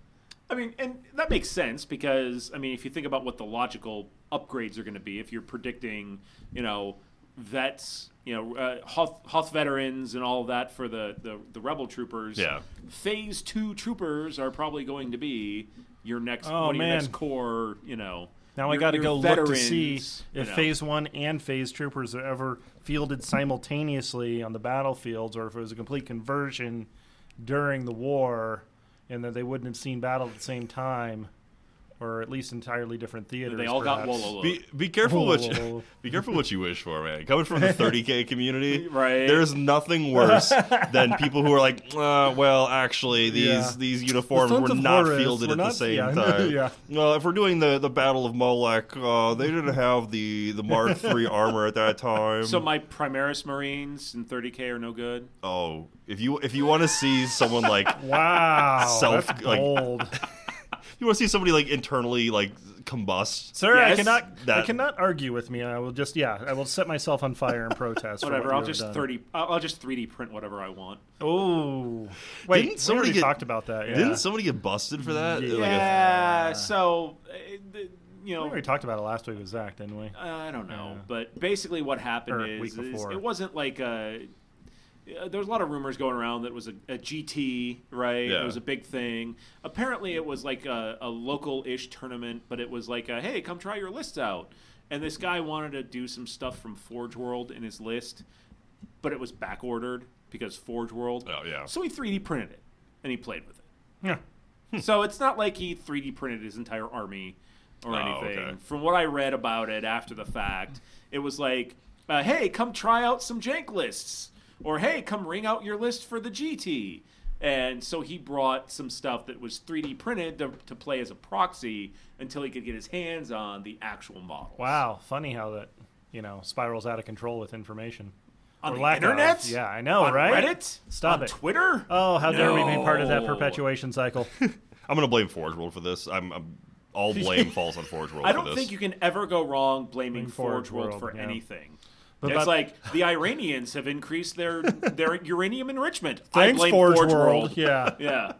I mean, and that makes sense because I mean, if you think about what the logical upgrades are going to be, if you're predicting, you know, vets, you know, uh, Hoth, Hoth veterans and all that for the, the the rebel troopers.
Yeah.
Phase two troopers are probably going to be your next.
Oh,
one of your
man.
next core. You know.
Now I
your-
got to
your
go look to
veterans,
see
you
if
know.
Phase One and Phase Troopers are ever fielded simultaneously on the battlefields, or if it was a complete conversion during the war, and that they wouldn't have seen battle at the same time, or at least entirely different theaters.
they all got
perhaps.
Wololo.
be, be careful what
Whoa, whoa,
you,
whoa.
(laughs) be careful what you wish for, man. Coming from the
(laughs)
30k community,
Right.
There's nothing worse than people who are like, uh, well, actually, these
Yeah.
these uniforms
The
were
Sons of
not
Horus
fielded
were
at the
not-
same
yeah,
time.
yeah.
Well, if we're doing the, the Battle of Molech, uh, they didn't have the the
(laughs)
Mark III armor at that time.
So my Primaris Marines in 30k are no good.
oh, if you if you want to see someone like
Wow,
(laughs) Self-
that's
like- (laughs)
bold.
You want to see somebody like internally like combust?
Sir, I
Yes,
cannot. I
that-
cannot argue with me. I will just, yeah, I will set myself on fire in protest. for what
Whatever.
you
I'll
have
just
done.
30. I'll I'll just 3D print whatever I want.
Oh, wait,
Didn't
we
somebody
already
get-
talked about that. Yeah.
Didn't somebody get busted for that? Like a-
Ah.
Yeah. so, uh, the- you
we
know, uh,
already talked about it last week with Zach, didn't we?
I don't know, but basically what happened
Or
is,
week
is
before.
it wasn't like a uh, there was a lot of rumors going around that it was a, a GT, right?
Yeah.
It was a big thing. Apparently, it was like a, a local-ish tournament, but it was like, a, hey, come try your lists out. And this guy wanted to do some stuff from Forge World in his list, but it was back ordered because Forge World.
Oh, yeah.
So he 3D printed it and he played with it.
Yeah.
So it's not like he 3D printed his entire army or
Oh,
anything.
okay.
From what I read about it after the fact, it was like, uh, hey, come try out some jank lists. Or hey, come ring out your list for the GT. And so he brought some stuff that was 3D printed to, to play as a proxy until he could get his hands on the actual model.
Wow. Funny how that you know spirals out of control with information.
On
Or
the
lack of.
internet?
Yeah, I know,
On
right?
Reddit?
Stop
on
it.
Twitter?
Oh, how dare we be part of that
No. (laughs)
perpetuation cycle?
I'm gonna blame Forge World for this. I'm, I'm
(laughs)
all blame falls on Forge World.
I
for
don't
this.
think you can ever go wrong blaming
Blame
Forge
Forge
World,
World,
for
yeah.
anything.
But-
it's
but-
like the Iranians have increased
(laughs)
their their uranium enrichment. I
Thanks,
blame
Forge,
Forge
World. Yeah.
Yeah.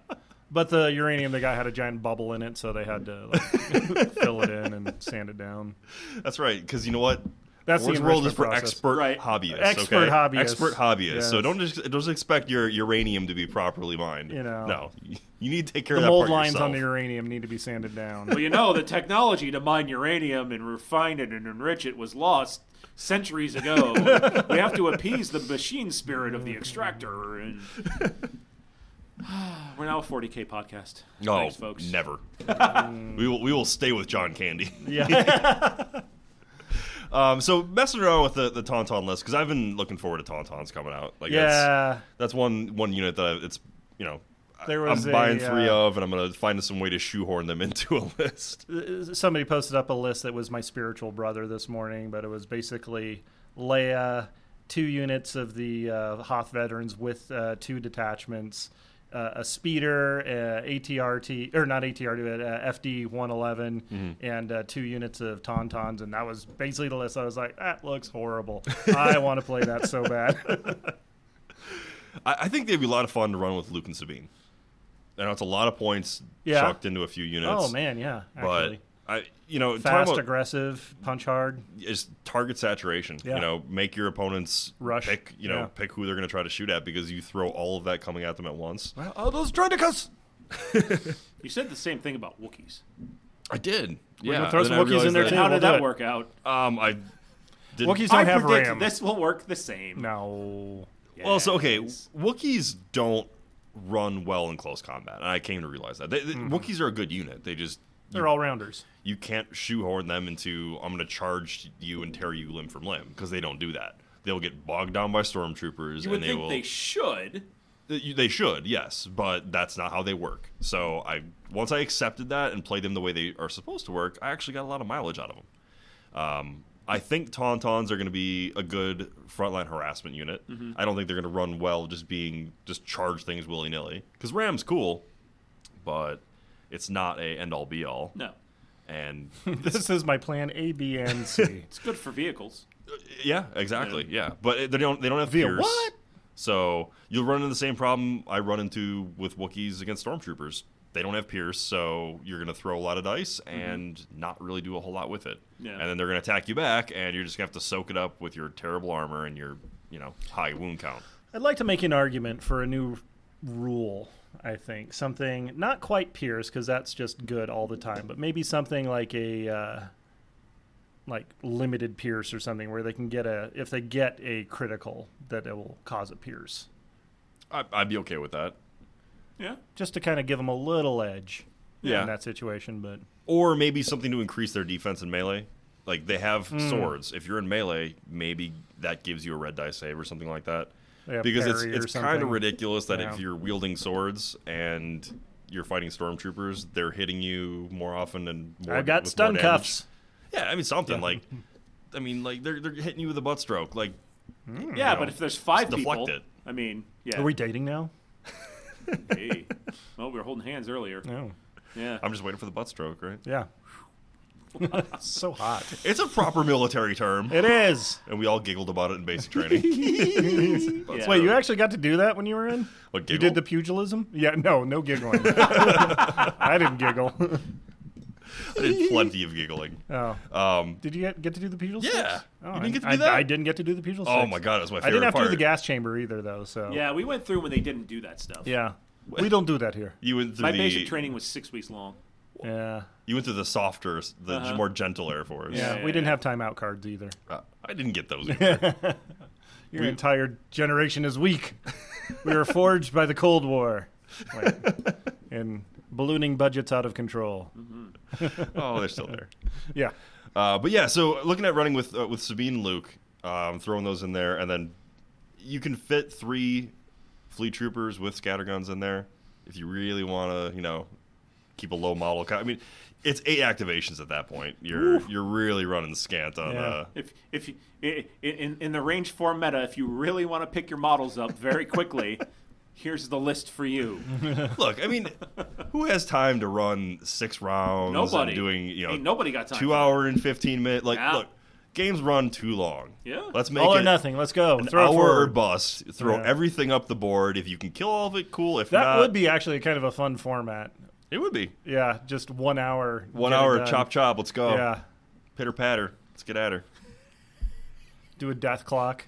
But the uranium they got had a giant bubble in it, so they had to like,
(laughs)
fill it in and sand it down.
That's right, because you know what?
That's the
Forge World is
enrichment
for
process.
expert
Right.
hobbyists.
Expert
okay?
hobbyists.
Expert hobbyists. So
Yes.
don't just don't expect your uranium to be properly mined.
You know.
no, (laughs) you need to take care of
The
that
mold
part
lines
yourself.
on the uranium need to be sanded down.
Well, you know, the technology to mine uranium and refine it and enrich it was lost centuries
(laughs)
ago. we have to appease the machine spirit of the extractor and (sighs) We're now a 40k podcast.
No,
Thanks, folks.
(laughs)
never. Mm. we will we will stay with John Candy.
(laughs)
(laughs)
(laughs)
yeah.
Um, so messing around with the, the Tauntaun list because I've been looking forward to Tauntauns coming out. Like that's,
yeah.
that's one one unit that I, it's you know I-
There was
I'm buying
a,
three
uh,
of, and I'm gonna find some way to shoehorn them (laughs) into a list.
somebody posted up a list that was my spiritual brother this morning, but it was basically Leia, two units of the uh, Hoth veterans with uh, two detachments, uh, a speeder, uh, ATRT or not ATRT, but uh, FD one
Mm-hmm.
and uh, two units of Tauntauns, and that was basically the list. I was like, that
(laughs)
looks horrible. I want to play that so bad.
I, I think they'd be a lot of fun to run with Luke and Sabine. I know it's a lot of points
Yeah.
chucked into a few units.
(laughs) oh man, yeah,
but
actually.
I you know
Fast,
talking about
aggressive, punch hard.
is target saturation.
Yeah.
You know, make your opponents
Rush.
Pick you know
Yeah.
pick who they're going to try to shoot at because you throw all of that coming at them at once.
Oh, those Droidicus!
You said the same thing about Wookiees.
I did.
gonna
Yeah,
throw
then
some
I
Wookiees in
realized
there
that-
too.
How
we'll
did
do
that
it.
work out?
Um, I did.
Wookiees don't
I
have
predict
RAM.
this will work the same.
No.
Well, so okay,
Yes.
Wookiees don't run well in close combat, and I came to realize that. They, they-
Mm-hmm.
Wookiees are a good unit. They just
They're
(laughs)
all rounders.
you can't shoehorn them into I'm going to charge you and tear you limb from limb because they don't do that. They'll get bogged down by stormtroopers,
You would
and they
think
will.
they should.
Th- They should, yes, but that's not how they work. So I once I accepted that and played them the way they are supposed to work, I actually got a lot of mileage out of them. Um, I think Tauntauns are going to be a good frontline harassment unit. I don't think they're going to run well just being just charge things willy nilly because Ram's cool, but it's not a end all be all.
No.
And
This is my plan A, B, and C.
It's good for vehicles.
Yeah, exactly. Yeah, but it- they don't they don't have
Via
pierce.
what?
So you'll run into the same problem I run into with Wookiees against stormtroopers. They don't have pierce, so you're gonna throw a lot of dice and not really do a whole lot with it.
Yeah.
And then they're gonna attack you back, and you're just gonna have to soak it up with your terrible armor and your you know high wound count.
I'd like to make an argument for a new rule. I think something not quite Pierce because that's just good all the time, but maybe something like a uh, like limited Pierce or something where they can get a if they get a critical that it will cause a Pierce
I, I'd be okay with that.
Yeah.
just to kind of give them a little edge
Yeah.
in that situation. But
Or maybe something to increase their defense in melee. Like they have
Hmm.
swords. If you're in melee, maybe that gives you a red die save or something like that.
They have
because it's
parry or
it's kind of
something.
ridiculous that
Yeah.
if you're wielding swords and you're fighting stormtroopers, they're hitting you more often and more.
I've got
with
stun
more damage.
cuffs.
Yeah, I mean something like, I mean like they're they're hitting you with a butt stroke. Like
Yeah, but if there's five
Hmm. Just deflect
people,
it.
I mean, yeah.
Are we dating now?
hey. Well, we were holding hands earlier.
No.
Yeah.
I'm just waiting for the butt stroke, right?
Yeah. (laughs) so hot.
It's a proper military term,
It is.
and we all giggled about it in basic
(laughs)
training.
Yeah.
Wait, you actually got to do that when you were in?
What,
You
giggle? (laughs)
did the pugilism? Yeah, no, no giggling. I didn't giggle.
I did plenty of giggling.
Oh.
Um,
Did you get, get to do the Pugil
Yeah.
Sticks?
You
Oh,
didn't
I-
get to do
I,
that?
I didn't get to do the Pugil
Oh
Sticks.
my God, that's my
I didn't
favorite
have to do the
part.
gas chamber either, though. So
Yeah, we went through when they didn't do that stuff.
yeah, we don't do that here.
you went through
My
the
basic training was six weeks long.
Yeah,
You went through the softer, the more gentle Air Force.
yeah,
Uh-huh. Yeah.
we didn't have timeout cards either.
Uh, I didn't get
(laughs)
those. either.
Your entire generation is weak. we were forged by the Cold War,
(laughs)
like, and ballooning budgets out of control.
Mm-hmm.
oh, they're still there.
Yeah,
Uh, but yeah, so looking at running with uh, with Sabine and Luke, um, throwing those in there, and then you can fit three fleet troopers with scatterguns in there if you really want to, you know, keep a low model count. I mean, it's eight activations at that point. You're you're really running scant on.
Yeah.
Uh,
If if you, i- i- in in the range four meta, if you really want to pick your models up
(laughs)
very quickly, here's the list for you.
look, I mean, who has time to run six rounds? and
Nobody
doing you know
Ain't nobody got time.
two
for that.
hour and fifteen minute. Like,
Yeah.
look, games run too long.
Yeah.
let's make
all
it
or nothing. Let's go.
An
Throw it
hour or
forward.
bust. Throw
Yeah.
everything up the board. If you can kill all of it, cool. If
that
not,
would be actually kind of a fun format.
It would be
Yeah, just one hour.
one
get it
hour.
done.
Chop chop. Let's go.
Yeah,
Pitter patter. Let's get at her. (laughs)
do a death clock.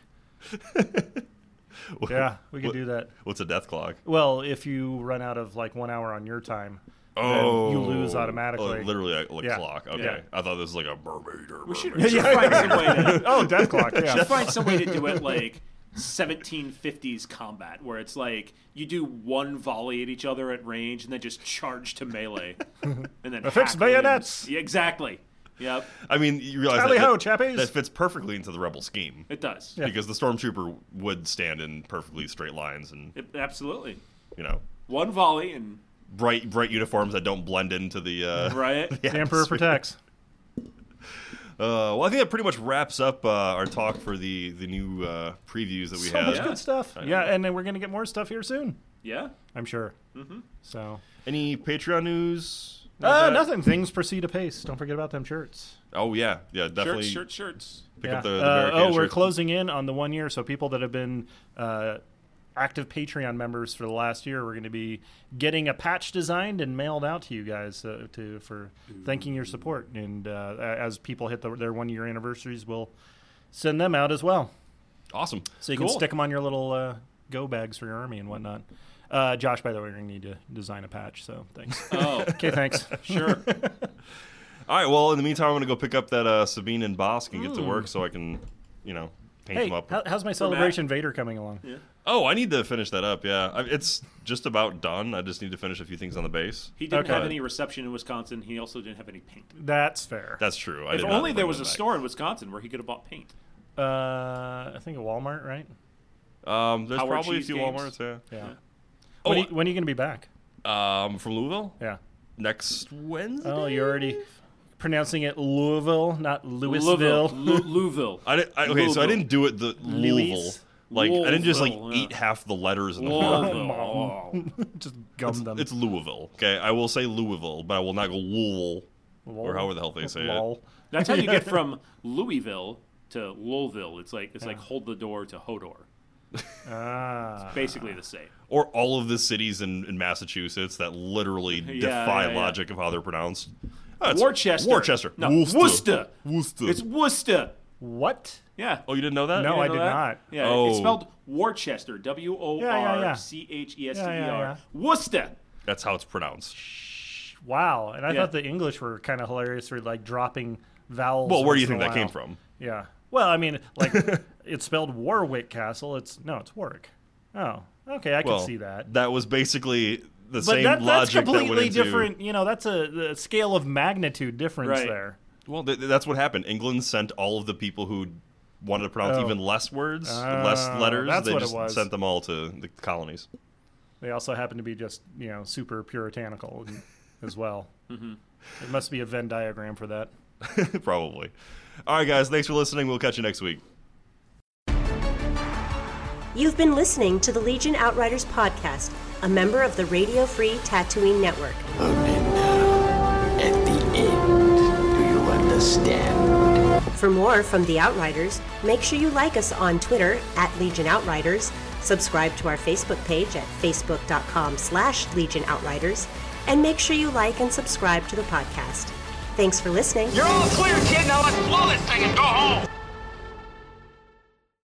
Yeah, we could
What-
do that.
What's a death clock?
Well, if you run out of like one hour on your time,
Oh,
you lose automatically.
Oh, literally like, like
Yeah.
clock. Okay,
Yeah.
I thought this was like a mermaid. Or
We should,
mermaid.
we should find some
(laughs)
way to
(laughs) oh, death clock.
(laughs)
Yeah,
find some way to do it like 1750s combat, where it's like you do one volley at each other at range and then just charge
(laughs)
to melee, and then
Affix
hack wins.
bayonets.
Yeah, exactly. Yep,
I mean, you realize
Tally
that,
ho,
that-
chappies.
that fits perfectly into the rebel scheme
it does.
because the stormtrooper would stand in perfectly straight lines and
It- absolutely.
you know
One volley and
bright bright uniforms that don't blend into the uh, (laughs)
riot.
the
the emperor
atmosphere. (laughs)
protects.
Uh, well, I think that pretty much wraps up uh, our talk for the the new uh, previews that we
So
have.
much
Yeah.
good stuff. Yeah, and then we're gonna get more stuff here soon.
Yeah.
I'm sure. Mm-hmm.
Uh,
So,
Any Patreon news?
uh,
Like that?
nothing. Things proceed apace. Don't forget about them shirts.
Oh yeah, yeah, definitely.
Shirts, shirts, shirts.
Pick up the,
Yeah.
the
Uh,
barricade
oh, we're
shirt.
closing in on the one year. So people that have been uh, active Patreon members for the last year, we're going to be getting a patch designed and mailed out to you guys uh, to for thanking your support. And uh, a- as people hit the, their one year anniversaries, we'll send them out as well.
Awesome.
So you
Cool.
can stick them on your little uh, go bags for your army and whatnot. Uh, Josh, by the way, we're going to need to design a patch. So thanks.
(laughs)
Oh,
(laughs) okay, thanks.
sure.
All right. Well, in the meantime, I'm gonna go pick up that uh, Sabine and Bosk and get to work so I can, you know, paint
Hmm. Hey,
them up.
how, how's my celebration Vader coming along?
oh, I need to finish that up. Yeah, I, it's just about done. I just need to finish a few things on the base.
He didn't
Okay.
have any reception in Wisconsin. He also didn't have any paint.
That's fair.
That's true. I
If
did not
only there
bring
was
them
a
back.
store in Wisconsin where he could have bought paint.
uh, I think a Walmart, right?
Um, there's
Howard
probably a
Cheese
few
games.
WalMarts. Yeah.
Yeah.
Oh,
When, are you, when are you going to be back?
um, from Louisville
Yeah.
next Wednesday.
Oh, you're already pronouncing it Louisville, not
Louisville.
(laughs) Louisville.
(laughs)
Lou- Louisville.
I didn't, I, okay, so I
Louisville.
didn't do it the Louisville. Like I didn't just like
Louisville, yeah.
eat half the letters in the word.
Louisville. Oh.
Just gum them.
It's Louisville. Okay, I will say Louisville, but I will not go Louisville or however the hell they say it.
Lol.
That's how you get from Louisville to Louisville. It's like it's like hold the door to Hodor.
Ah.
Basically the same.
Or all of the cities in, in Massachusetts that literally defy
yeah, yeah.
logic of how they're pronounced. Oh, it's
Worcester.
Worcester.
No,
Worcester.
Worcester.
Worcester.
It's Worcester.
What?
Yeah.
oh, you didn't know that?
No,
You
I
know
did
that?
not.
Yeah,
Oh.
it's spelled Worcester. W O
yeah, yeah.
R C H E S T E
Yeah, yeah, yeah.
R. Worcester.
That's how it's pronounced.
Wow. And I
Yeah.
thought the English were kind of hilarious for like dropping vowels.
Well, where do
once
you
in a
think that
while.
came from?
Yeah. Well, I mean,
(laughs)
like it's spelled Warwick Castle. It's no, it's Warwick. Oh, okay, I
Well,
can see that.
That was basically the
but
same
that, that's
logic
completely
that went into,
different. You know, that's a, the scale of magnitude difference
Right.
there.
Well, th- th- that's what happened. England sent all of the people who wanted to pronounce
Oh.
even less words, less
Oh,
letters.
that's
they
what it
just
was.
sent them all to the colonies. (laughs)
They also happen to be just you know super puritanical and- as well. mm-hmm. There must be a Venn diagram for that.
Probably. All right, guys. Thanks for listening. We'll catch you next week.
You've been listening to the Legion Outriders podcast, a member of the Radio Free Tatooine Network.
Only now, uh, at the end, do you understand?
For more from the Outriders, make sure you like us on Twitter at Legion Outriders, subscribe to our Facebook page at facebook.com slash Legion Outriders, and make sure you like and subscribe to the podcast. Thanks for listening.
You're all clear, kid. Now let's blow this thing and go home.